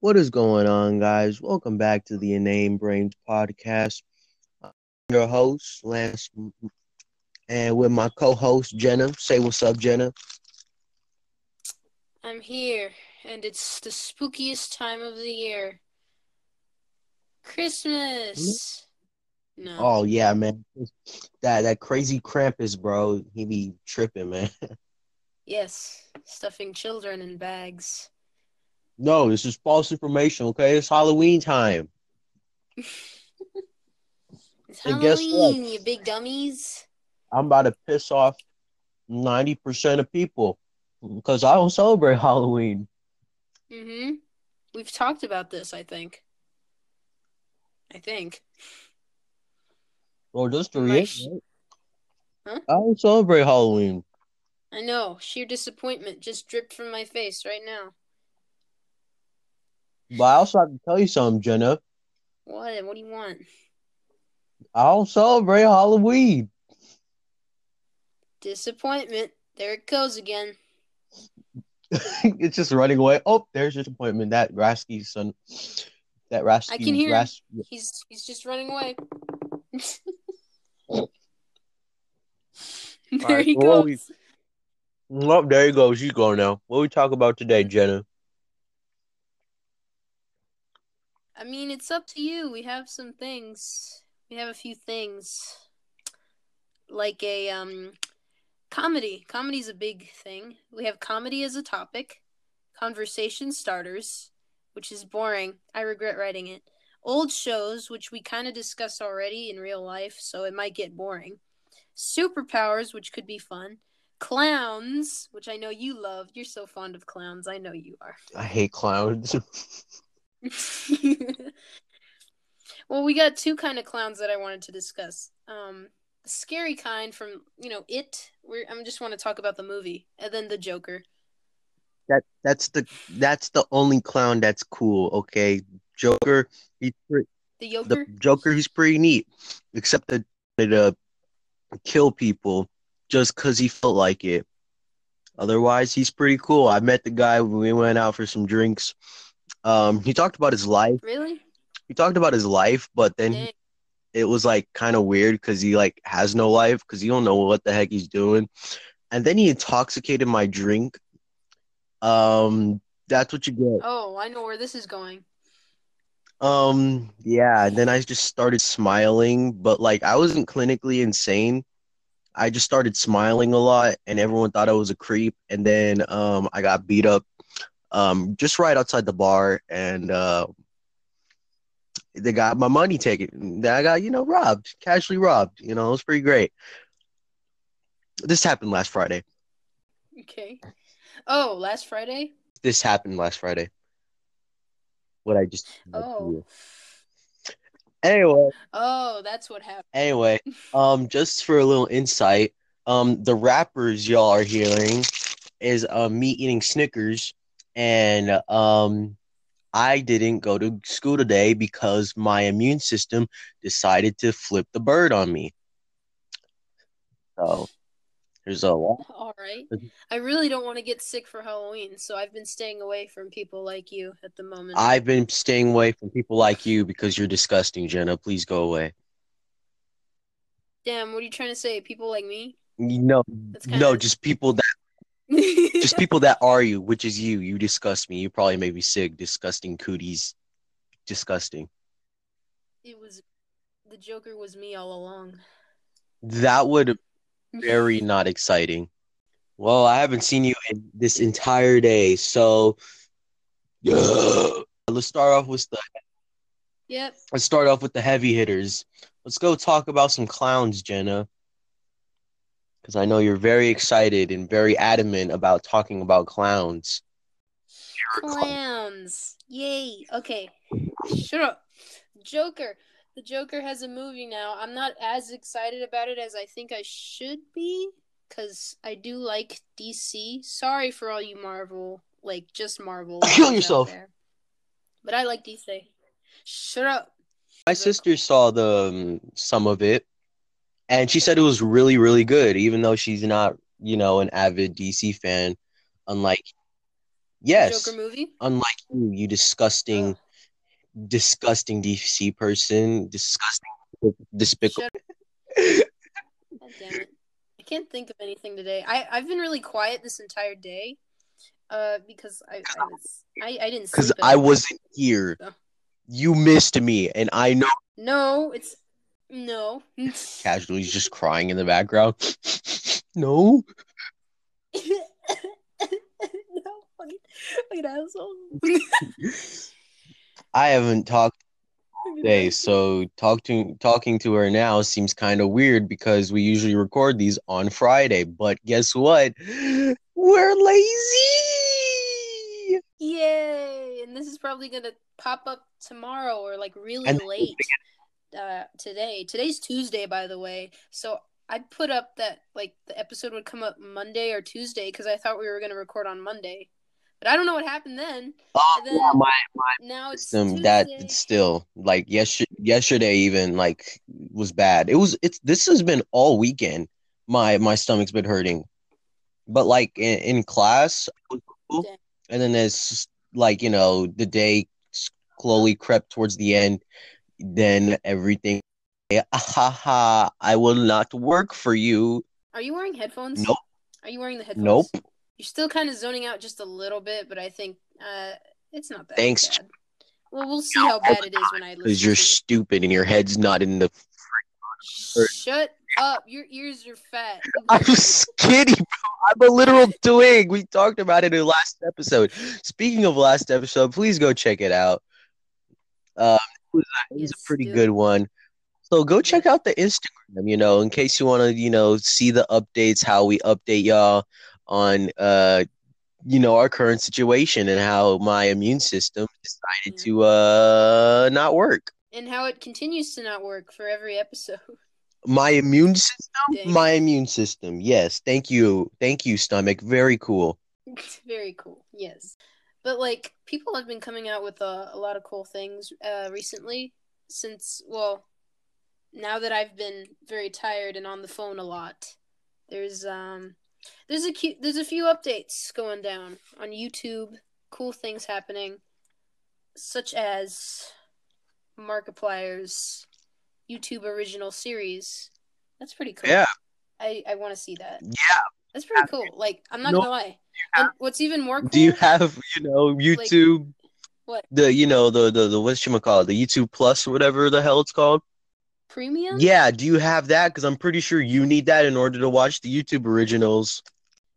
What is going on, guys? Welcome back to the Inane Brains podcast. I'm your host, Lance, and with my co host, Jenna. Say what's up, Jenna. I'm here, and it's the spookiest time of the year. Christmas. No. Oh, yeah, man. That that crazy Krampus, bro. He be tripping, man. Yes, stuffing children in bags. No, this is false information, okay? It's Halloween time. It's And guess what? Halloween, you big dummies. I'm about to piss off 90% of people because I don't celebrate Halloween. Mm-hmm. We've talked about this, I think. I think. Well, just to My reiterate, sh- Huh? I don't celebrate Halloween. I know. Sheer disappointment just dripped from my face right now. But I also have to tell you something, Jenna. What? What do you want? I don't celebrate Halloween. Disappointment. There it goes again. it's just running away. Oh, there's your appointment. That Rasky son. That Rasky. I can hear him. Ras- He's he's just running away. there Alright, he so what we- goes. Oh, there you go. She's going now. What we talk about today, Jenna? I mean, it's up to you. We have some things. We have a few things, like a um, comedy. Comedy's a big thing. We have comedy as a topic, conversation starters, which is boring. I regret writing it. Old shows, which we kind of discussed already in real life, so it might get boring. Superpowers, which could be fun. Clowns, which I know you love. You're so fond of clowns. I know you are. I hate clowns. well, we got two kind of clowns that I wanted to discuss. Um, the scary kind from you know it. We're, I'm just want to talk about the movie, and then the Joker. that that's the that's the only clown that's cool. Okay, Joker. He's pretty, The the Joker. Joker. He's pretty neat, except that he wanted to kill people just because he felt like it. Otherwise, he's pretty cool. I met the guy when we went out for some drinks. Um, he talked about his life. really? He talked about his life, but then Dang. it was like kind of weird because he like has no life because he don't know what the heck he's doing. And then he intoxicated my drink. Um, that's what you get. Oh, I know where this is going. Um, yeah. And then I just started smiling, but like I wasn't clinically insane. I just started smiling a lot, and everyone thought I was a creep. And then um, I got beat up um, just right outside the bar, and uh, they got my money taken. Then I got you know robbed, casually robbed. You know, it was pretty great. This happened last Friday. Okay. Oh, last Friday. This happened last Friday. What I just Oh. anyway. Oh, that's what happened. Anyway, um, just for a little insight, um, the rappers y'all are hearing is um me eating Snickers, and um, I didn't go to school today because my immune system decided to flip the bird on me. So there's a lot. All right. I really don't want to get sick for Halloween, so I've been staying away from people like you at the moment. I've been staying away from people like you because you're disgusting, Jenna. Please go away. Damn, what are you trying to say? People like me? No, no, kinda- just people that just people that are you, which is you. You disgust me. You probably made me sick. Disgusting cooties. Disgusting. it was the Joker was me all along. That would very not exciting. Well, I haven't seen you in this entire day, so let's start off with the Yep. let's start off with the heavy hitters. Let's go talk about some clowns, Jenna. Because I know you're very excited and very adamant about talking about clowns. Clowns. Yay. Okay. Shut up. Joker. The Joker has a movie now. I'm not as excited about it as I think I should be cuz I do like DC. Sorry for all you Marvel, like just Marvel. Kill fans out yourself. there. But I like DC. Shut up. My sister saw the um, some of it, and she said it was really, really good. Even though she's not, you know, an avid DC fan, unlike Yes. Joker movie? Uh. Unlike you, you disgusting, Ugh, disgusting DC person, disgusting, despicable. shut up. God damn it. I can't think of anything today. I, I've been really quiet this entire day. Uh, because I, I was I, I didn't Because sleep at I all. wasn't here. Oh. You missed me, and I know No, it's no. Cat. casually he's just crying in the background. no. no, fucking, fucking asshole. I haven't talked Fucking today, asshole. so talk to, talking to her now seems kind of weird because we usually record these on Friday. But guess what? We're lazy. Yay! And this is probably gonna pop up tomorrow or like really And- late uh, today. Today's Tuesday, by the way. So I put up that like the episode would come up Monday or Tuesday because I thought we were gonna record on Monday, but I don't know what happened then. Oh, And then yeah, my now it's system Tuesday. that still like yes yesterday even like was bad. It was it's this has been all weekend. My my stomach's been hurting, but like in, in class, it was cool. Damn. and then as like you know the day slowly crept towards the end. Then everything. Ah, ha ha! I will not work for you. Are you wearing headphones? Nope. Are you wearing the headphones? Nope. You're still kind of zoning out just a little bit, but I think uh, it's not that Thanks. bad. Well, we'll see how bad it is when I listen. Because you're to it. stupid and your head's not in the. Shut up! Your ears are fat. I'm skinny, bro. I'm a literal twig. We talked about it in the last episode. Speaking of last episode, please go check it out. Um, it was a, it was Yes, a pretty do. good one. So go check out the Instagram, you know, in case you want to, you know, see the updates, how we update y'all on, uh, you know, our current situation and how my immune system decided Yeah. to uh not work. and how it continues to not work for every episode. My immune system, Dang. my immune system. Yes, thank you, thank you, stomach. Very cool. It's very cool. Yes, but like people have been coming out with uh, a, a lot of cool things uh, recently. Since well, now that I've been very tired and on the phone a lot, there's um, there's a cu- there's a few updates going down on YouTube. Cool things happening, such as Markiplier's YouTube original series. That's pretty cool. Yeah, I I want to see that. yeah. That's pretty cool. Like I'm not No, gonna lie. And what's even more cool? Do you have you know YouTube? what The you know the the the what's call the YouTube Plus or whatever the hell it's called. premium? Yeah, do you have that? Because I'm pretty sure you need that in order to watch the YouTube originals.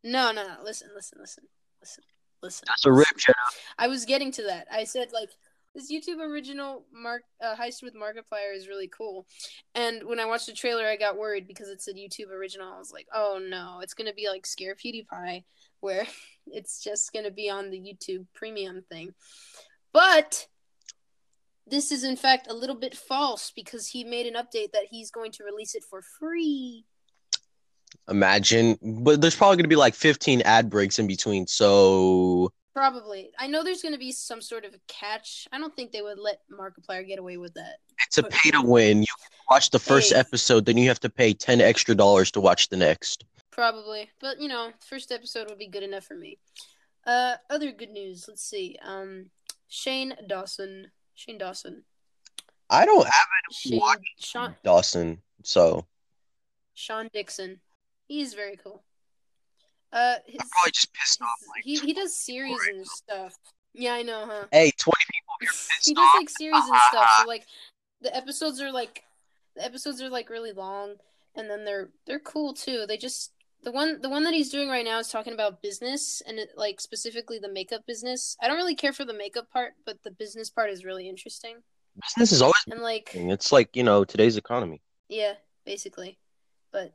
No, no, no. Listen, listen, listen, listen, listen. That's a rip, Jenna. I was getting to that. I said like this YouTube original Mark uh, heist with Markiplier is really cool, and when I watched the trailer, I got worried because it said YouTube original. I was like, oh no, it's gonna be like Scare PewDiePie, where it's just gonna be on the YouTube Premium thing. But this is in fact a little bit false because he made an update that he's going to release it for free. Imagine, but there's probably gonna be like 15 ad breaks in between. So Probably. I know there's going to be some sort of a catch. I don't think they would let Markiplier get away with that. it's a pay to win. You watch the first Hey. episode, then you have to pay 10 extra dollars to watch the next. Probably. But, you know, first episode would be good enough for me. Uh, other good news. Let's see. Um, Shane Dawson. Shane Dawson. I don't have Shane. What? Sean, Dawson, so Sean Dixon. He's very cool. Uh, his, I'm probably just pissed off. his- he, he does series and stuff. Yeah, I know, huh? Hey, 20 people. he does like series and stuff. So like the episodes are like the episodes are like really long, and then they're they're cool too. They just the one the one that he's doing right now is talking about business and it, like specifically the makeup business. I don't really care for the makeup part, but the business part is really interesting. Business is always. And like It's like you know today's economy. yeah, basically. But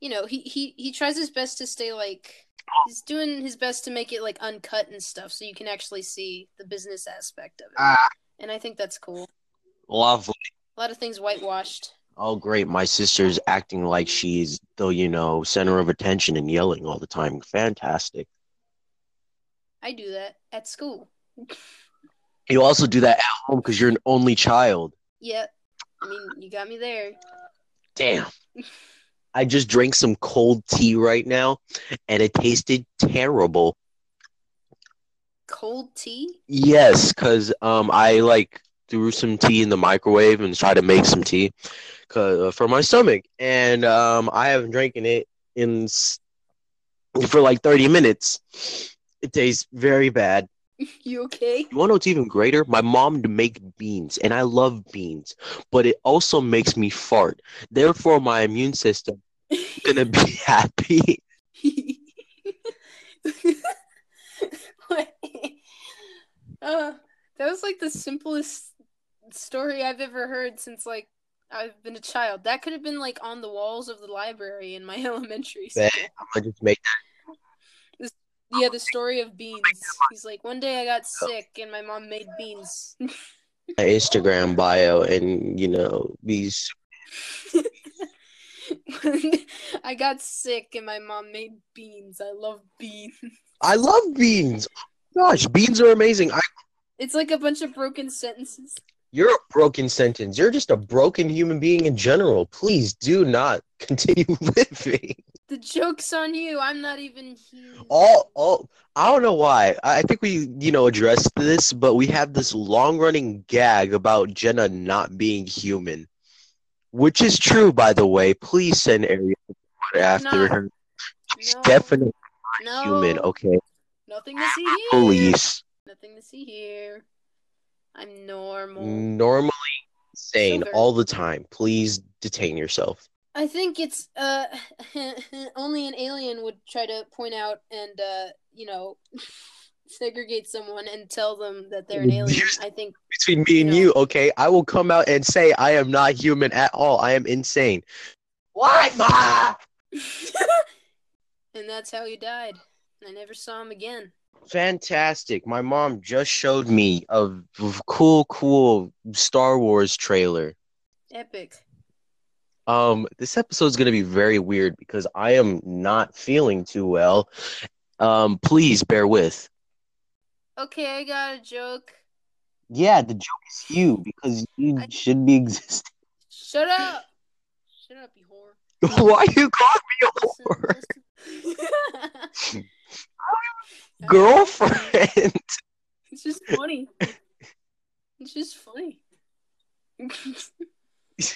you know, he he he tries his best to stay like he's doing his best to make it like uncut and stuff so you can actually see the business aspect of it. Ah. and I think that's cool. lovely. A lot of things whitewashed. Oh, great. My sister's acting like she's the, you know, center of attention and yelling all the time. Fantastic. I do that at school. You also do that at home because you're an only child. Yep. I mean, you got me there. Damn. I just drank some cold tea right now and it tasted terrible. cold tea? Yes, cause um I like threw some tea in the microwave and tried to make some tea, cause, uh, for my stomach, and um I haven't drinking it in s- for like thirty minutes. It tastes very bad. you okay? You want to know what's even greater? My mom to make beans, and I love beans, but it also makes me fart. Therefore, my immune system is gonna be happy. What? uh, that was like the simplest story I've ever heard since like I've been a child. That could have been like on the walls of the library in my elementary school. Bet. I just make Yeah, the story of beans. He's like, one day I got sick and my mom made beans. my Instagram bio, and you know these. I got sick and my mom made beans. I love beans. I love beans. Gosh, beans are amazing. I, It's like a bunch of broken sentences. you're a broken sentence. You're just a broken human being in general. Please do not continue living. The joke's on you. I'm not even human. all all I don't know why. I I think we, you know, addressed this, but we have this long running gag about Jenna not being human. Which is true, by the way. Please send Ariel after Not her. She's no, definitely no, human, Oh, okay? Nothing to see here. Police. Nothing to see here. I'm normal. Normally sane Silver. all the time. Please detain yourself. I think it's uh only an alien would try to point out and uh you know segregate someone and tell them that they're an alien. I think Between me and No. you, okay? I will come out and say I am not human at all. I am insane. Why, Ma? and that's how he died. I never saw him again. Fantastic. My mom just showed me a v- cool, cool Star Wars trailer. Epic. Um, this episode's gonna be very weird because I am not feeling too well. Um, please bear with. Okay, I got a joke. Yeah, the joke is you because you I- should be existing. Shut up. Shut up, you whore. Why you calling me a Listen, whore? listen. Girlfriend. It's just funny. It's just funny. it's,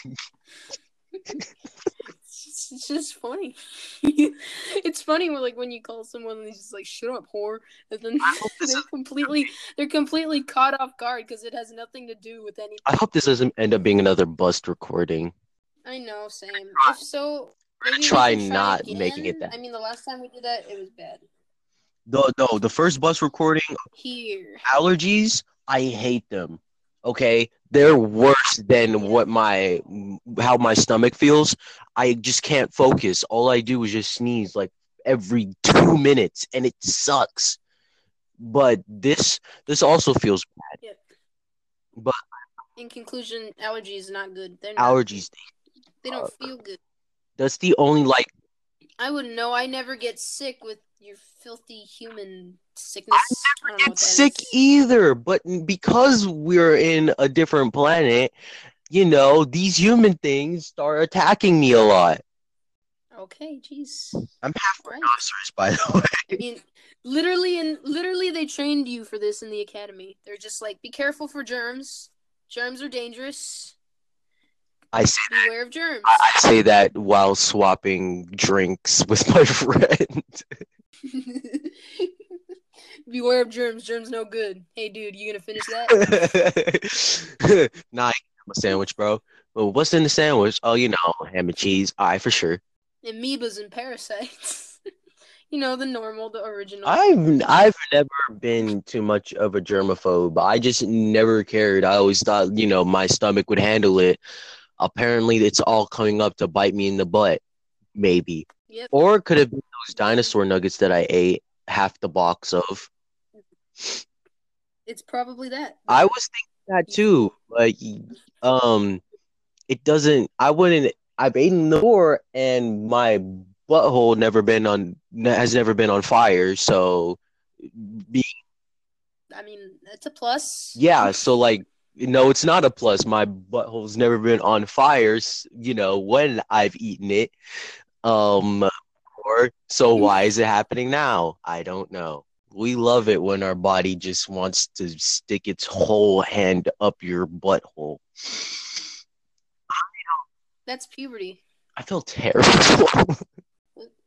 just, it's just funny. it's funny when like when you call someone and they're just like "shut up, whore," and then hope this they're completely they're completely caught off guard because it has nothing to do with anything. I hope this doesn't end up being another bust recording. I know, Sam. If so, maybe we Try can not making it again. that- I mean, the last time we did that, it was bad. No, no, the first bust recording Here. allergies, I hate them. Okay, they're worse than what my how my stomach feels. I just can't focus. All I do is just sneeze like every 2 minutes and it sucks. But this this also feels Yep. But- in conclusion, allergies are not good. They're not, allergies. they don't suck. feel good. That's the only like I wouldn't know. I never get sick with your filthy human sickness. I don't know what that sick e- is. either, but because we're in a different planet, you know, these human things start attacking me a lot. Okay, jeez. I'm half Right. rhinoceros by the way. I mean, literally, and literally, they trained you for this in the academy. They're just like, be careful for germs. Germs are dangerous. I say Beware of germs. I I say that while swapping drinks with my friend. Beware of germs. Germs no good. Hey, dude, you gonna finish that? nah, I can have my sandwich, bro. Well, what's in the sandwich? Oh, you know, ham and cheese. I for sure. Amoebas and parasites. you know the normal, the original. I've I've never been too much of a germaphobe. I just never cared. I always thought, you know, my stomach would handle it. Apparently, it's all coming up to bite me in the butt, maybe. Yep. Or it could have been those dinosaur nuggets that I ate half the box of. It's probably that. I was thinking that too. Like, um, it doesn't. I wouldn't. I've eaten the more, and my butthole never been on has never been on fire. So, be, I mean, that's a plus. yeah. So like, no, it's not a plus. My butthole's never been on fire. s- You know when I've eaten it. Um, or so why is it happening now? I don't know. We love it when our body just wants to stick its whole hand up your butthole. That's puberty. I feel terrible.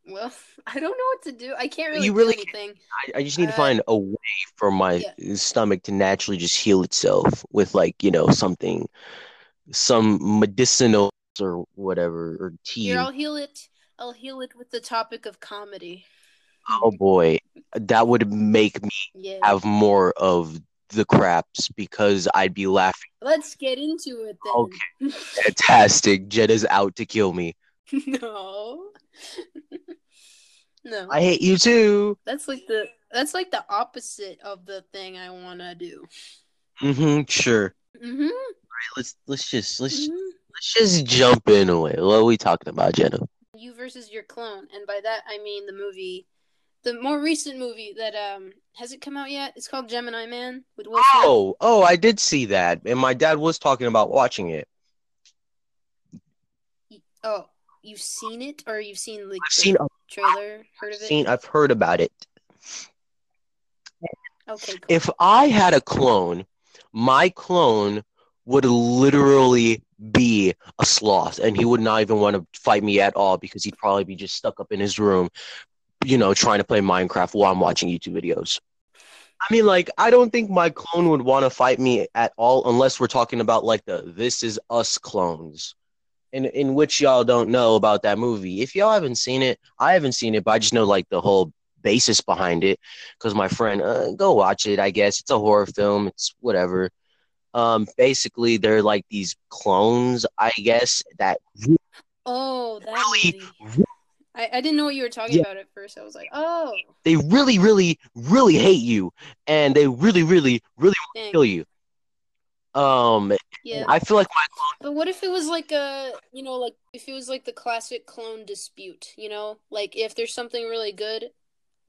Well, I don't know what to do. I can't really You do really can't. anything. I, I just need to Uh, find a way for my stomach to naturally just heal itself with like you know something, some medicinals or whatever or tea. Here, I'll heal it. I'll heal it with the topic of comedy. oh boy, that would make me Yeah. have more of the craps because I'd be laughing. Let's get into it then. Fantastic, Jeddah's out to kill me. no. no. I hate you too. That's like the that's like the opposite of the thing I wanna do. Mm-hmm. Sure. Alright, hmm let's let's just let's mm-hmm. let's just jump in away. What are we talking about, Jenna? You versus your clone, and by that I mean the movie, the more recent movie that um has it come out yet? It's called Gemini Man with Will Smith. Oh, oh, I did see that, and my dad was talking about watching it. Oh, you've seen it or you've seen like I've the seen, trailer? Heard I've of it? seen, I've heard about it. Okay, cool. If I had a clone, my clone would literally be a sloth, and he would not even want to fight me at all because he'd probably be just stuck up in his room, you know, trying to play Minecraft while I'm watching YouTube videos. I mean, like, I don't think my clone would want to fight me at all unless we're talking about like the "This Is Us" clones. in in which y'all don't know about that movie. If y'all haven't seen it, I haven't seen it, but I just know like the whole basis behind it because my friend uh, go watch it. I guess it's a horror film. It's whatever. Um, basically, they're like these clones, I guess that Oh, that Really? movie. I, I didn't know what you were talking Yeah. about at first. I was like, oh, they really, really, really hate you, and they really, really, really want to dang. kill you. Um, yeah. I feel like my But what if it was like a, you know, like if it was like the classic clone dispute, you know? Like if there's something really good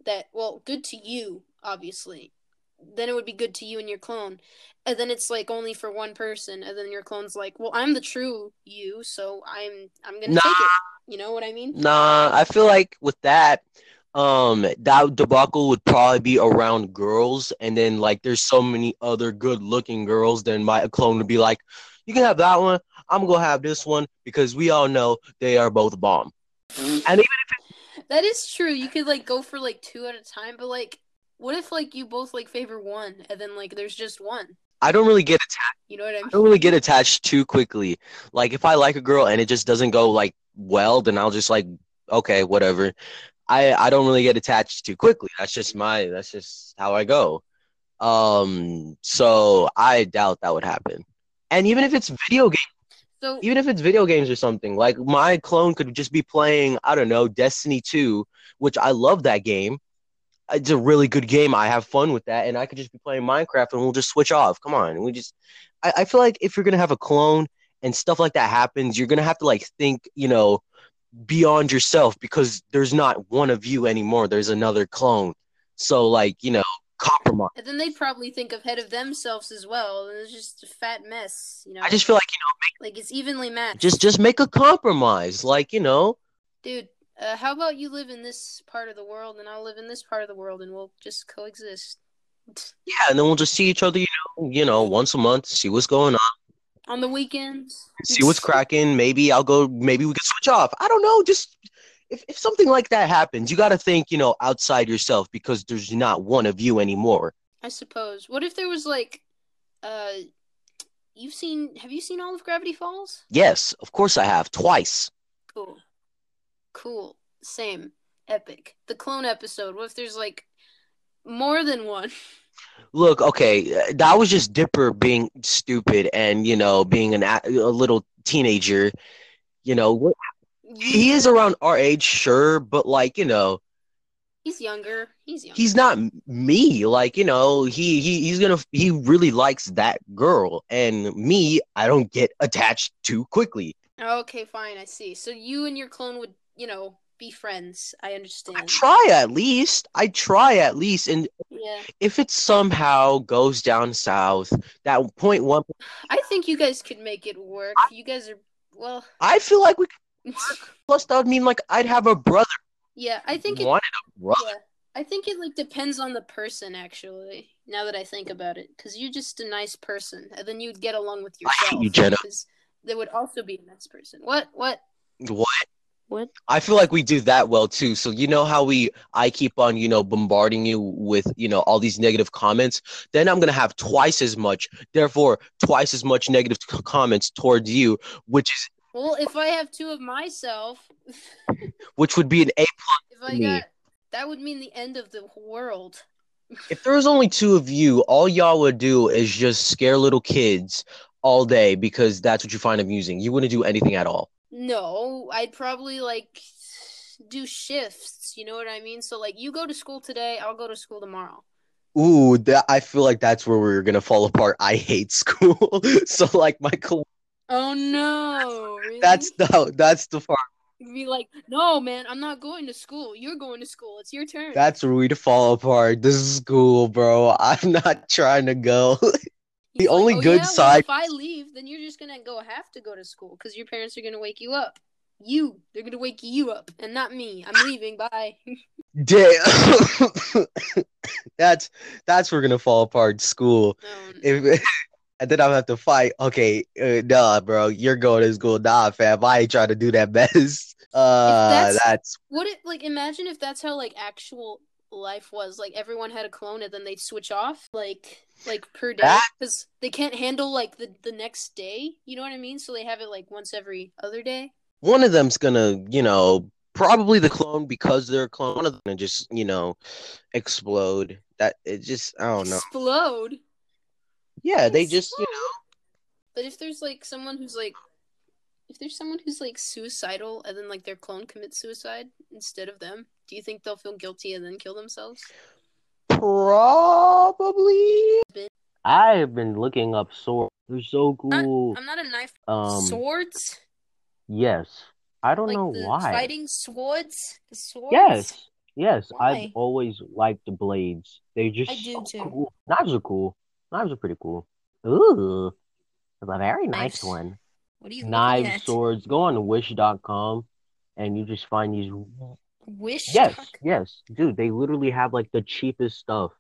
that, well, good to you, obviously, then it would be good to you and your clone. And then it's like only for one person, and then your clone's like, "Well, I'm the true you, so I'm I'm going to Nah. take it." You know what I mean? Nah, I feel like with that, um, that debacle would probably be around girls, and then like there's so many other good-looking girls, then my clone would be like, "You can have that one. I'm gonna have this one because we all know they are both bomb." And even That is true. You could like go for like two at a time, but like what if like you both like favor one and then like there's just one? I don't really get attached. You know what I mean? I don't really get attached too quickly. Like if I like a girl and it just doesn't go like well, then I'll just like okay, whatever. I I don't really get attached too quickly. That's just my that's just how I go. Um, so I doubt that would happen. And even if it's video game, So even if it's video games or something, like my clone could just be playing, I don't know, Destiny 2, which I love that game. It's a really good game. I have fun with that, and I could just be playing Minecraft and we'll just switch off. Come on. We just I, I feel like if you're gonna have a clone and stuff like that happens, you're gonna have to like think, you know, beyond yourself because there's not one of you anymore. There's another clone. So like, you know, compromise. and then they'd probably think ahead of themselves as well, and it's just a fat mess, you know. I just feel like like it's evenly matched. just just make a compromise like you know dude, uh, how about you live in this part of the world and I'll live in this part of the world and we'll just coexist. yeah and then we'll just see each other you know you know once a month see what's going on On the weekends. see what's cracking maybe i'll go maybe we can switch off i don't know just if, if something like that happens you got to think you know outside yourself because there's not one of you anymore I suppose. What if there was like uh you've seen have you seen all of Gravity Falls? yes of course i have twice Cool. Cool. Same. Epic. The clone episode. What if there's like more than one? look okay uh, that was just dipper being stupid and you know being an a, a little teenager you know what- he is around our age sure but like you know He's younger. He's younger. he's not m- me like you know he, he he's gonna he really likes that girl and me i don't get attached too quickly Okay, fine. I see. So you and your clone would, you know, be friends. I i understand. try at least i try at least and Yeah. if it somehow goes down south that point one I think you guys could make it work. You guys are well. i feel like we plus that would mean like i'd have a brother yeah, I think it, wanted a brother yeah. I think it like depends on the person actually. Now that I think about it, because you're just a nice person, and then you'd get along with yourself. you, Jenna. 'cause There would also be a nice person. What? What? What? What? I feel like we do that well too. So you know how we I keep on, you know, bombarding you with, you know, all these negative comments. Then I'm going to have twice as much, therefore twice as much negative c- comments towards you, which is Well, if I have two of myself, which would be an A. if I Me. got, that would mean the end of the world. If there was only two of you, all y'all would do is just scare little kids all day because that's what you find amusing. You wouldn't do anything at all. No, I'd probably like do shifts. You know what I mean? So like, you go to school today, I'll go to school tomorrow. Ooh, that I feel like that's where we're gonna fall apart. I hate school. so like Michael, Oh no! Really? that's the that's the part. You'd be like, no, man, I'm not going to school. You're going to school. It's your turn. That's where we'd fall apart. This is school, bro. I'm not trying to go. He's the "Oh, only good well, side- if I leave, then you're just gonna go have to go to school because your parents are gonna wake you up. You, they're gonna wake you up, and not me. I'm leaving. Bye. Damn. that's that's where we're gonna fall apart. School. Um, If and then I'll have to fight. Okay, uh, nah, bro, you're going to school. Nah, fam, I ain't trying to do that best. Uh, that's- that's What if, like, imagine if that's how, like, actual life was. Like, everyone had a clone and then they'd switch off, like, like per day. That- Because they can't handle, like, the, the next day. You know what I mean? So they have it, like, once every other day. one of them's gonna, you know, probably the clone because they're a clone. One of them gonna just, you know, explode. That it just, I don't know. Explode. Oh, Yeah, they just, you know, Explode. But if there's, like, someone who's, like, if there's someone who's, like, suicidal and then, like, their clone commits suicide instead of them, do you think they'll feel guilty and then kill themselves? probably. I have been looking up swords. They're so cool. I'm not a knife. Um, swords? yes, I don't Like, know the why. fighting swords? The swords? Yes, yes. I've Why? always liked the blades. They just I do so too. cool. Knives are cool. Knives are pretty cool. Ooh, that's a very nice Knives. one. What are you Knives, looking at? swords. Go on to wish.com and you just find these. Wish. Yes, talk? yes, dude. They literally have like the cheapest stuff,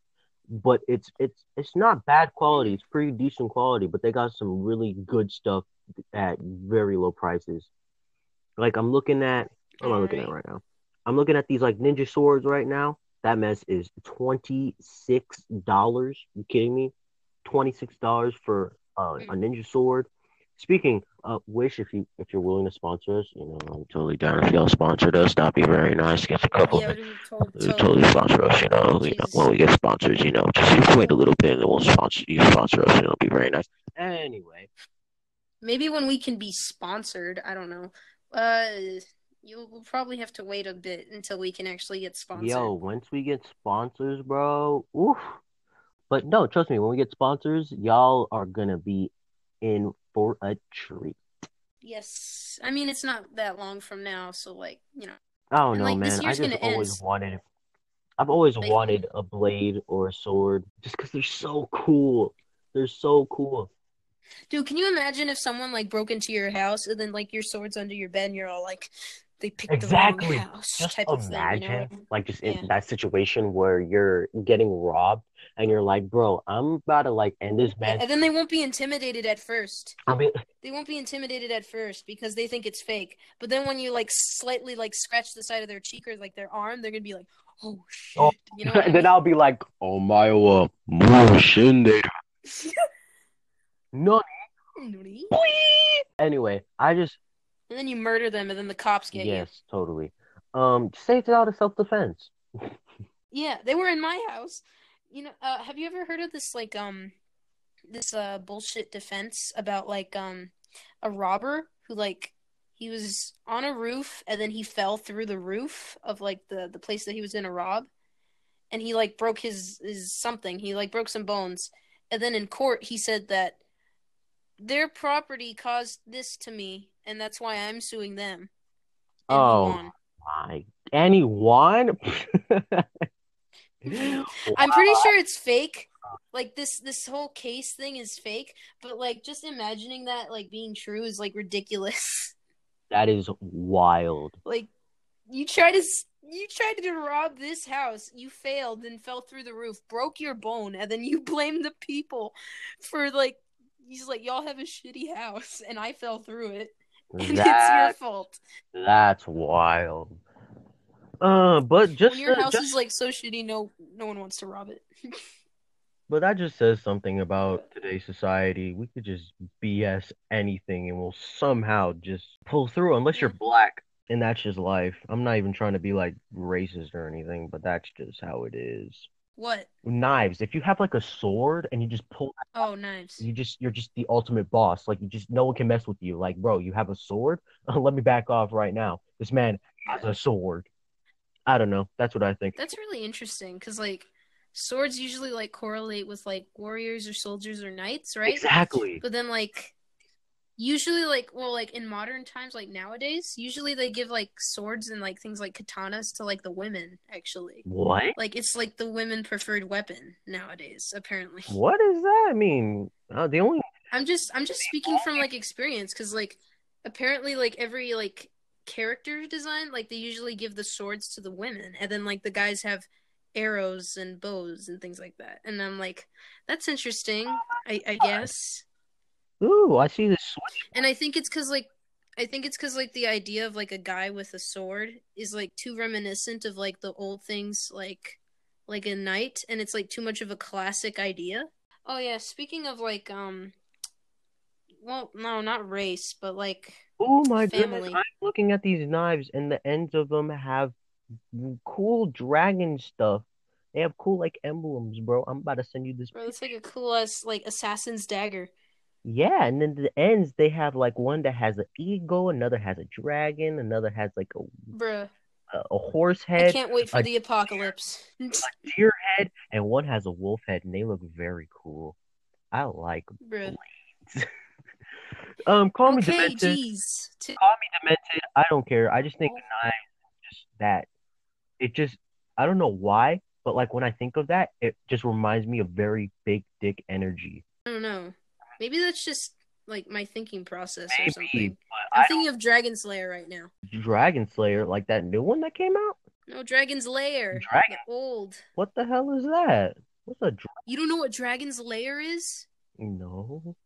but it's it's it's not bad quality. It's pretty decent quality, but they got some really good stuff at very low prices. Like I'm looking at what am I looking at Alright. right now? I'm looking at these like ninja swords right now. That mess is twenty six dollars. You kidding me? Twenty six dollars for uh, a ninja sword. Speaking, uh, wish if you if you're willing to sponsor us, you know I'm totally down if y'all sponsored us. That'd be very nice. Get a couple. Yeah, of what are you told, you totally sponsor us, you know. You know, when we get sponsors, you know, just, just wait a little bit and then we'll sponsor you. Sponsor us, you know, it'd be very nice. Anyway, Maybe when we can be sponsored, I don't know. Uh, you'll we'll probably have to wait a bit until we can actually get sponsored. Yo, once we get sponsors, bro, oof. But no, trust me, when we get sponsors, y'all are gonna be in for a treat. Yes, I mean it's not that long from now, so like you know, I don't And, know, like, this Oh, man. I year's just gonna always end. wanted I've always Like- wanted a blade or a sword just because they're so cool. They're so cool. dude, can you imagine if someone like broke into your house and then like your sword's under your bed, and you're all like, they picked the Exactly. wrong house Just type of thing, you know? imagine, like, just in Yeah. that situation where you're getting robbed and you're like, bro, I'm about to like end this man. And then they won't be intimidated at first. I mean, they won't be intimidated at first because they think it's fake. But then when you like slightly like scratch the side of their cheek or like their arm, they're gonna be like, "Oh shit!" Oh, You know. what I and then mean? I'll be like, oh my, uh, more shindig. No. Nani? Anyway, I just and then you murder them, and then the cops get yes, totally. Um, say it's out of self defense. you. Yeah, they were in my house. You know, uh, have you ever heard of this like um, this uh bullshit defense about like um, a robber who like he was on a roof and then he fell through the roof of like the the place that he was gonna rob and he like broke his his something he like broke some bones and then in court he said that their property caused this to me and that's why i'm suing them and Oh. he won. My anyone? i'm pretty sure it's fake like this this whole case thing is fake but like just imagining that like being true is like ridiculous That is wild. like you try to s- You tried to rob this house. You failed and fell through the roof, broke your bone, and then you blame the people for like. He's like, y'all have a shitty house, and I fell through it, and That, it's your fault. that's wild. Uh, but just, When your to- house just is like so shitty, no, no one wants to rob it. but that just says something about today's society. We could just BS anything and we'll somehow just pull through, unless you're Yeah. black. And that's just life. I'm not even trying to be like racist or anything, but that's just how it is. What? Knives. If you have like a sword and you just pull Oh, knives. you just you're just the ultimate boss. Like you just no one can mess with you. Like, bro, you have a sword? Let me back off right now. This man has a sword. I don't know. That's what I think. That's really interesting because like swords usually like correlate with like warriors or soldiers or knights, right? Exactly. But then like usually like well like in modern times like nowadays usually they give like swords and like things like katanas to like the women actually. What? Like it's like the women preferred weapon nowadays apparently. What does that mean? Uh, the only I'm just I'm just speaking from like experience because like apparently like every like character design like they usually give the swords to the women and then like the guys have arrows and bows and things like that and I'm like that's interesting I, I guess ooh, I see this switch. and I think it's because like I think it's because like the idea of like a guy with a sword is like too reminiscent of like the old things like like a knight and it's like too much of a classic idea. Oh yeah, speaking of like um well no not race but like Oh my goodness! Family. I'm looking at these knives, and the ends of them have cool dragon stuff. They have cool like emblems, bro. I'm about to send you this. bro that's like a cool ass like assassin's dagger. Yeah, and then the ends they have like one that has an eagle, another has a dragon, another has like a Bruh. a, a horse I head, can't wait for I- the apocalypse. a deer head, and one has a wolf head, and they look very cool. I like. Bruh. Um, call me Okay, demented. jeez. T- Call me demented. I don't care. I just think Oh. knives are just that. It just I don't know why, but like when I think of that, it just reminds me of very big dick energy. I don't know. Maybe that's just like my thinking process or Maybe, something. but I'm I thinking of Dragon Slayer right now. don't Dragon Slayer, like that new one that came out. No, Dragon's Lair. Dragon. Old. What the hell is that? What's a dra- You don't know what Dragon's Lair is? no?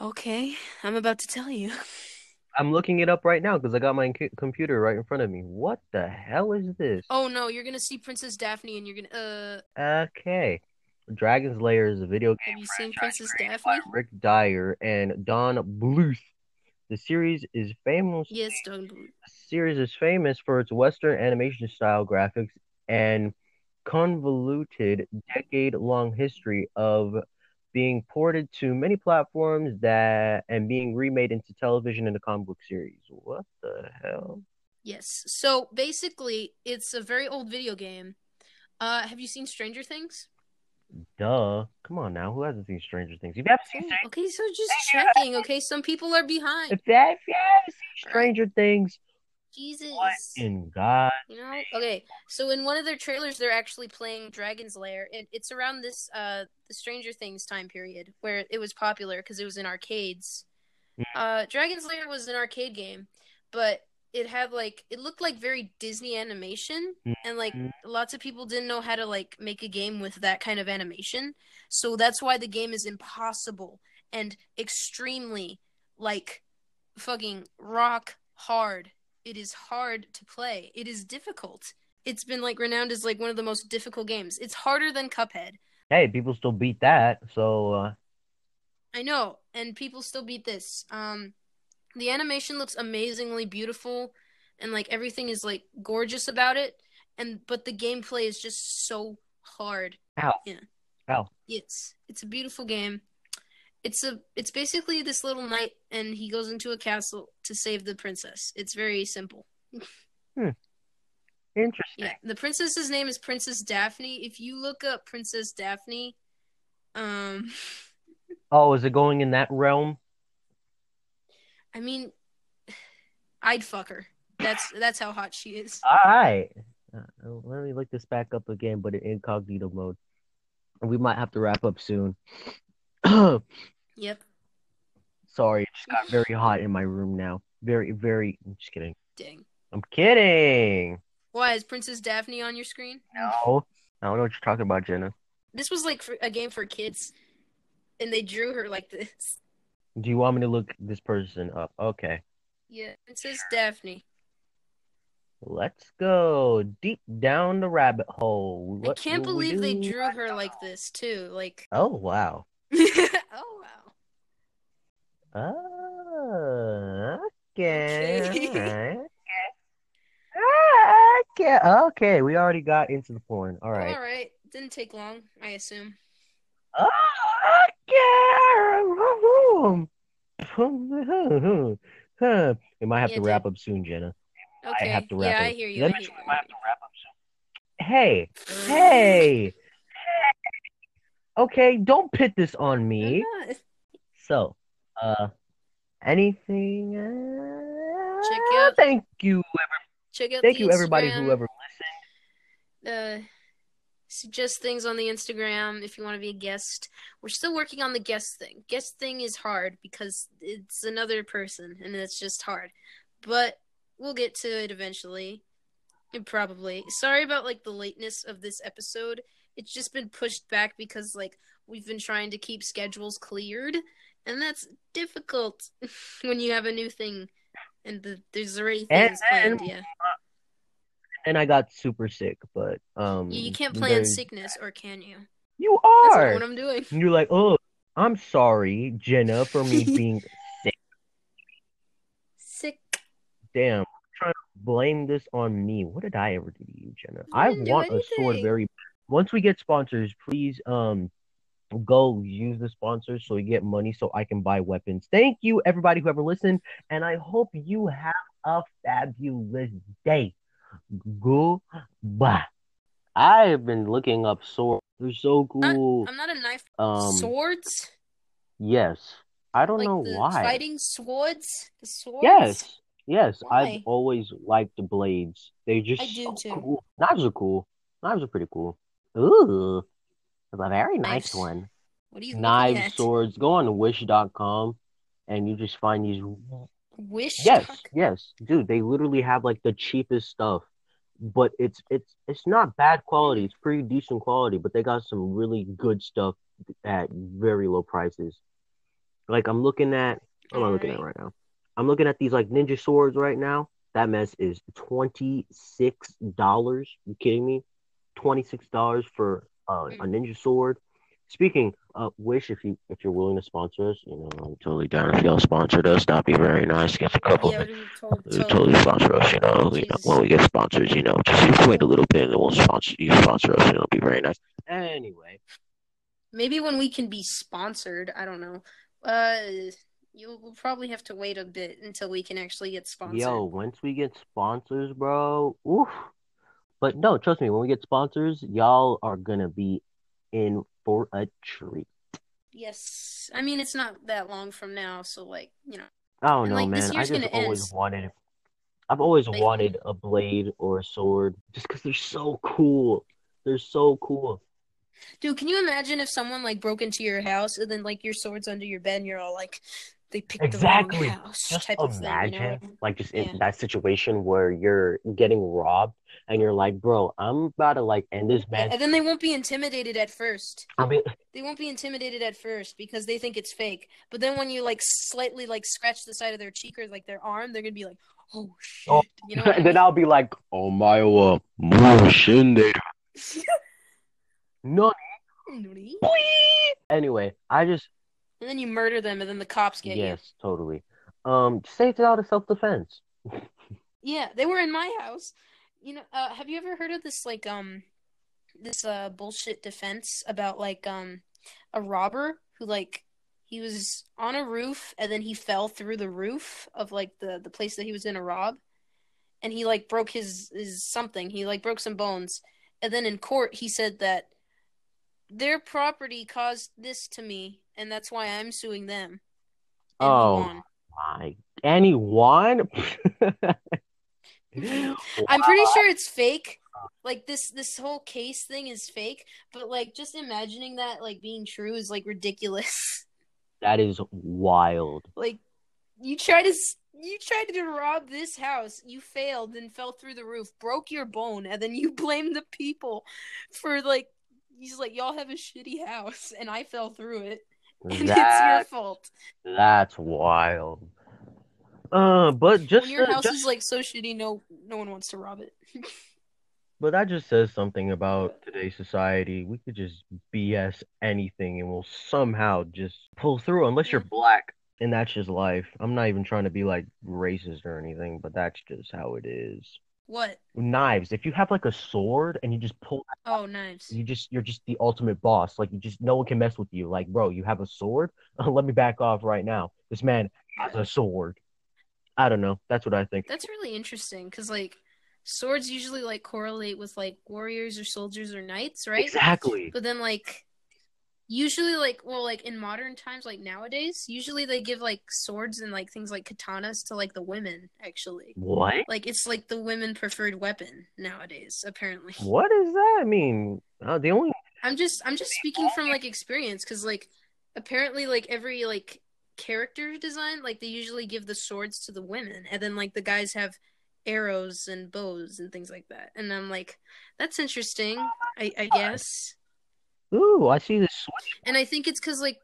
Okay, I'm about to tell you. I'm looking it up right now because I got my c- computer right in front of me. What the hell is this? Oh no, you're gonna see Princess Daphne and you're gonna. Uh, Okay. Dragon's Lair is a video have you seen Princess by Daphne? Rick Dyer and Don Bluth. The series is famous. Yes, Doug. Blue. The series is famous for its Western animation style graphics and convoluted decade-long history of being ported to many platforms that and being remade into television and a comic book series. What the hell? Yes. So basically, it's a very old video game. Uh, have you seen Stranger Things? Duh. Come on now. Who hasn't seen Stranger Things? If you haven't seen Stranger Okay, so just checking. Okay, some people are behind. if that if you haven't seen Stranger Things, Jesus. what in God? You know, okay. So in one of their trailers, they're actually playing Dragon's Lair, and it's around this uh the Stranger Things time period where it was popular because it was in arcades. Mhm. Uh, Dragon's Lair was an arcade game, but it had like it looked like very Disney animation, and like Mhm. lots of people didn't know how to like make a game with that kind of animation. So that's why the game is impossible and extremely like fucking rock hard it is hard to play. It is difficult. It's been like renowned as like one of the most difficult games. It's harder than Cuphead. Hey, people still beat that. So uh, I know, and people still beat this. Um the animation looks amazingly beautiful and like everything is like gorgeous about it and but the gameplay is just so hard. ow, Yeah. ow. It's it's a beautiful game. It's a it's basically this little knight and he goes into a castle to save the princess. It's very simple. Interesting. Yeah, the princess's name is Princess Daphne. If you look up Princess Daphne, um, Oh, is it going in that realm? I mean, I'd fuck her. That's that's how hot she is. All right. Uh, let me look this back up again, but in incognito mode. We might have to wrap up soon. Yep. Sorry, it just got very hot in my room now. Very, very. I'm just kidding. Dang. I'm kidding. Why is Princess Daphne on your screen? No. I don't know what you're talking about, Jenna. This was like for, a game for kids, and they drew her like this. Do you want me to look this person up? Okay. Yeah, Princess Daphne. Let's go deep down the rabbit hole. What I can't will we believe they do? drew her like this too. Like, Oh, wow. oh wow. Oh, okay. Okay. alright. Ah, Okay. Okay. We already got into the porn. All right. All right. Didn't take long, I assume. Oh, okay. Huh. We might have Yeah, to dude. wrap up soon, Jenna. Okay. I have to wrap yeah, up. I hear you. That I means hear we you. might have to wrap up soon. Hey. Hey. Okay, don't pit this on I'm me. not. So, uh, anything? Uh, Check out- Thank you, Check out thank the you, everybody, Instagram. whoever. uh, suggest things on the Instagram if you want to be a guest. We're still working on the guest thing. Guest thing is hard because it's another person and it's just hard. But we'll get to it eventually. And Probably. Sorry about like the lateness of this episode. It's just been pushed back because like we've been trying to keep schedules cleared and that's difficult when you have a new thing and the, there's already And- things and- planned, yeah. And I got super sick, but um, You can't I'm plan very- sickness or can you? You That's are. not what I'm doing. And you're like, oh, I'm sorry, Jenna, for me being Sick. damn. I'm trying to blame this on me. What did I ever do to you, Jenna? I I didn't do want a sword anything. very. Once we get sponsors, please um go use the sponsors so we get money so I can buy weapons. Thank you, everybody who ever listened, and I hope you have a fabulous day. Goodbye. I have been looking up swords. They're Uh, so cool. I'm not a knife. Um, swords? yes. I don't like know the why. Fighting swords? The swords? Yes, yes. I've Why? always liked the blades. They're just I do so too. cool. Knives are cool. Knives are pretty cool. Ooh, that's a very nice Knives. one. What are you Knives, looking at? swords. Go on to wish.com and you just find these. Wish? Yes, cock? yes, dude. They literally have like the cheapest stuff, but it's it's it's not bad quality. It's pretty decent quality, but they got some really good stuff at very low prices. Like I'm looking at. What am I looking at Alright. right now? I'm looking at these like ninja swords right now. That mess is twenty six dollars. You kidding me? Twenty six dollars for uh, a Mm. ninja sword. Speaking, uh, wish if you if you're willing to sponsor us, you know I'm totally down if y'all sponsored us. That'd be very nice. Get a couple. Yeah, of we told, you told- totally sponsor us, you know. You know, Jesus. when we get sponsors, you know, just you wait a little bit and we'll sponsor you. Sponsor us, and it'll be very nice. Anyway, Maybe when we can be sponsored, I don't know. Uh, you'll we'll probably have to wait a bit until we can actually get sponsored. Yo, once we get sponsors, bro, oof. But no, trust me, when we get sponsors, y'all are gonna be in for a treat. Yes. I mean, it's not that long from now, so like, you know. I don't And, know, like, this Oh, man. I year's just gonna always end. wanted I've always Like- wanted a blade or a sword just because they're so cool. They're so cool. Dude, can you imagine if someone like broke into your house and then like your sword's under your bed and you're all like, they picked the Exactly. wrong house Just type of thing, you know? imagine, like, just in Yeah. that situation where you're getting robbed and you're like, bro, I'm about to like end this man. And then they won't be intimidated at first. I mean, They won't be intimidated at first because they think it's fake. But then when you like slightly like scratch the side of their cheek or like their arm, they're gonna be like, "Oh shit!" Oh, You know. What I and then I'll be like, oh my, uh, more shindig. No, mean? Anyway, I just and then you murder them, and then the cops get yes, totally. Um, say it's out of self defense. you. Yeah, they were in my house. You know, uh, have you ever heard of this like um, this uh bullshit defense about like um, a robber who like he was on a roof and then he fell through the roof of like the the place that he was gonna rob. and he like broke his his something. He like broke some bones, and then in court he said that their property caused this to me, and that's why I'm suing them. And he Oh. won. My anyone? I'm pretty sure it's fake. Like this this whole case thing is fake, but like just imagining that like being true is like ridiculous. That is wild. like you try to s- you tried to rob this house. You failed and fell through the roof, broke your bone, and then you blame the people for like he's like y'all have a shitty house and I fell through it. And That- it's your fault. That's wild. Uh, but just, when your to- house just- is like so shitty, no no one wants to rob it. but that just says something about today's society. We could just BS anything and we'll somehow just pull through unless you're Yeah. black. And that's just life. I'm not even trying to be like racist or anything, but that's just how it is. what? Knives. If you have like a sword and you just pull Oh, knives. you just you're just the ultimate boss. Like you just no one can mess with you. Like, bro, you have a sword? Let me back off right now. This man has a sword. I don't know. That's what I think. That's really interesting because like swords usually like correlate with like warriors or soldiers or knights, right? Exactly. But then like usually like well like in modern times like nowadays usually they give like swords and like things like katanas to like the women actually What? like it's like the women preferred weapon nowadays apparently What does that mean? Uh, the only i'm just i'm just speaking from like experience because like apparently like every like character design like they usually give the swords to the women and then like the guys have arrows and bows and things like that and i'm like that's interesting i i guess ooh, I see this. switch. And I think it's because like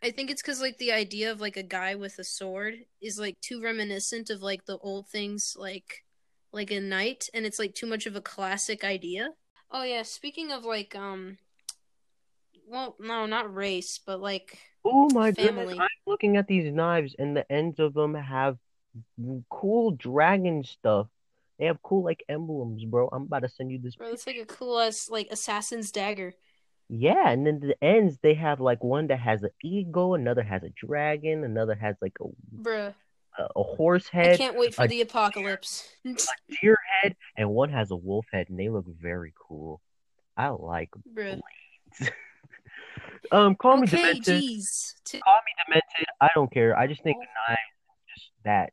I think it's because like the idea of like a guy with a sword is like too reminiscent of like the old things like like a knight, and it's like too much of a classic idea. Oh yeah, speaking of like um, well no, not race, but like Oh my goodness! Family. I'm looking at these knives, and the ends of them have cool dragon stuff. They have cool like emblems, bro. I'm about to send you this. bro, it's like a cool ass like assassin's dagger. Yeah, and then the ends they have like one that has an eagle, another has a dragon, another has like a Bruh, a, a horse I head, can't wait for I- the apocalypse. deer head, and one has a wolf head, and they look very cool. I like. 'em. Bruh. Um, call me Okay, demented. jeez. T- Call me demented. I don't care. I just Oh. think the knife is just that.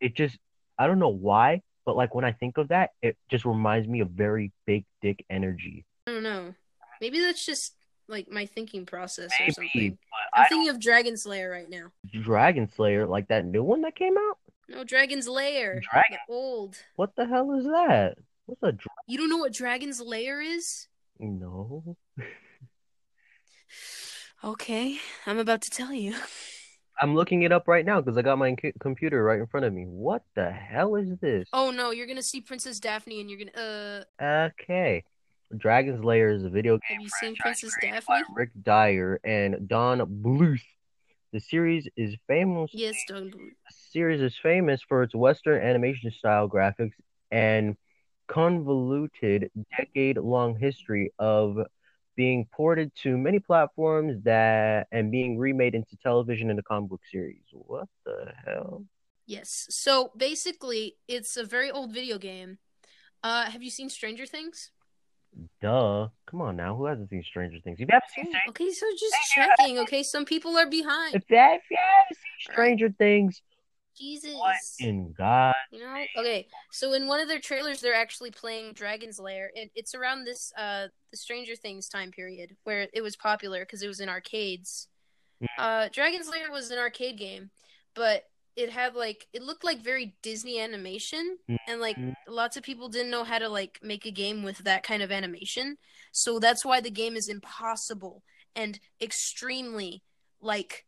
It just I don't know why, but like when I think of that, it just reminds me of very big dick energy. I don't know. Maybe that's just like my thinking process or Maybe, something. but I'm I thinking of Dragon Slayer right now. Dragon Slayer, like that new one that came out. No, Dragon's Lair. Dragon. The old. What the hell is that? What's a dra- You don't know what Dragon's Lair is? no? Okay, I'm about to tell you. I'm looking it up right now because I got my c- computer right in front of me. What the hell is this? Oh no, you're gonna see Princess Daphne and you're gonna. Uh, Okay. Dragon's Lair is a video game have you seen franchise Princess created by Daphne? Rick Dyer and Don Bluth. The series is famous. Yes, Don Bluth. The series is famous for its Western animation style graphics and convoluted decade-long history of being ported to many platforms that and being remade into television and a comic book series. What the hell? Yes. So basically, it's a very old video game. Uh, have you seen Stranger Things? Duh. Come on now. Who hasn't seen Stranger Things? If you haven't seen Stranger Okay, so just checking. Okay, some people are behind. if that, if you haven't seen Stranger Things, Jesus. what in God? You know? Okay. So in one of their trailers they're actually playing Dragon's Lair and it's around this uh the Stranger Things time period where it was popular because it was in arcades. Mhm. Uh Dragon's Lair was an arcade game, but it had like it looked like very Disney animation and like Mhm. lots of people didn't know how to like make a game with that kind of animation. So that's why the game is impossible and extremely like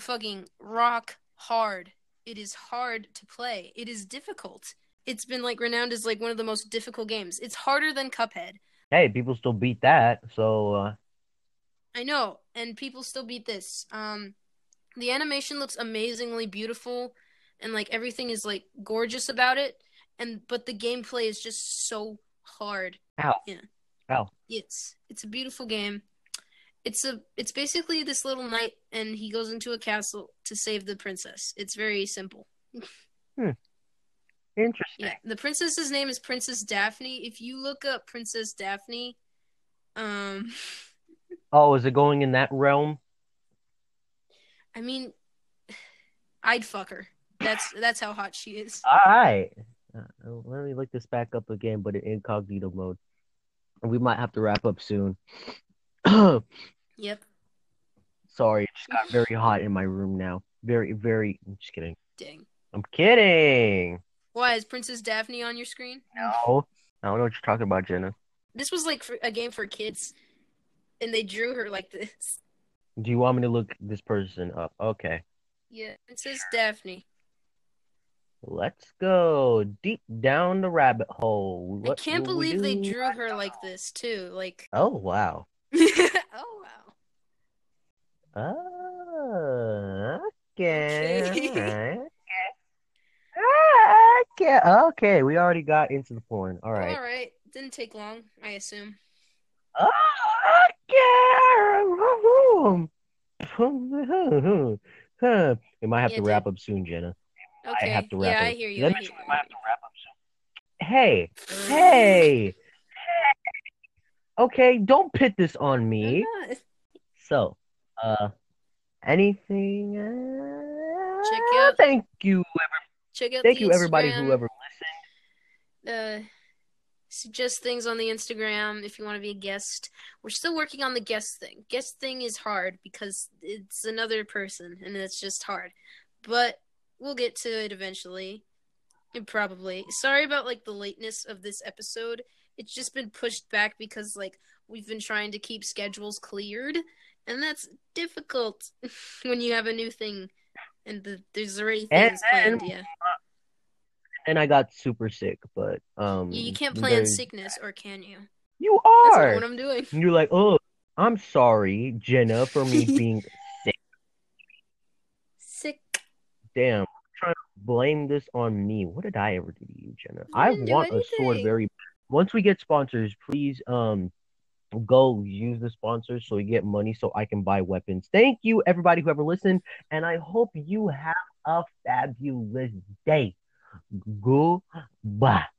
fucking rock hard. It is hard to play. It is difficult. It's been like renowned as like one of the most difficult games. It's harder than Cuphead. Hey, people still beat that. So uh, I know, and people still beat this. Um the animation looks amazingly beautiful and like everything is like gorgeous about it and but the gameplay is just so hard. ow, Yeah. ow. It's it's a beautiful game. It's a it's basically this little knight and he goes into a castle to save the princess. It's very simple. Interesting. Yeah, the princess's name is Princess Daphne. If you look up Princess Daphne, um, Oh, is it going in that realm? I mean, I'd fuck her. That's that's how hot she is. All right. Uh, let me look this back up again, but in incognito mode. We might have to wrap up soon. Yep. Sorry, it just got very hot in my room now. Very, very. I'm just kidding. Dang. I'm kidding. Why is Princess Daphne on your screen? No, I don't know what you're talking about, Jenna. This was like for, a game for kids, and they drew her like this. Do you want me to look this person up? Okay, Yeah, Princess Daphne. let's go deep down the rabbit hole. I What can't will we believe they do? drew her like this too. Like, Oh wow. oh wow. Oh, okay. Okay. alright, okay. Okay, okay, we already got into the porn. All right. All right, didn't take long, I assume. Oh, okay. We might have Yeah, to dude. wrap up soon, Jenna. I Okay. have to wrap yeah, up. I hear you. That I means hear we you. might have to wrap up soon. Hey, hey, okay, don't pit this on I'm me. not. So, uh, anything? Uh, Check out- Thank you, Check out thank the you, everybody, Instagram. whoever. uh, suggest things on the Instagram if you want to be a guest. We're still working on the guest thing. Guest thing is hard because it's another person and it's just hard. But we'll get to it eventually. And Probably. Sorry about like the lateness of this episode. It's just been pushed back because like we've been trying to keep schedules cleared and that's difficult when you have a new thing and the, there's already And- things and- planned, yeah. And I got super sick, but um, You can't plan there's- sickness or can you? You That's are. not what I'm doing. And you're like, oh, I'm sorry, Jenna, for me being Sick. damn. Trying to blame this on me. What did I ever do to you, Jenna? You I didn't do want a sword anything. very. Once we get sponsors, please um go use the sponsors so we get money so I can buy weapons. Thank you, everybody who ever listened, and I hope you have a fabulous day. Goodbye.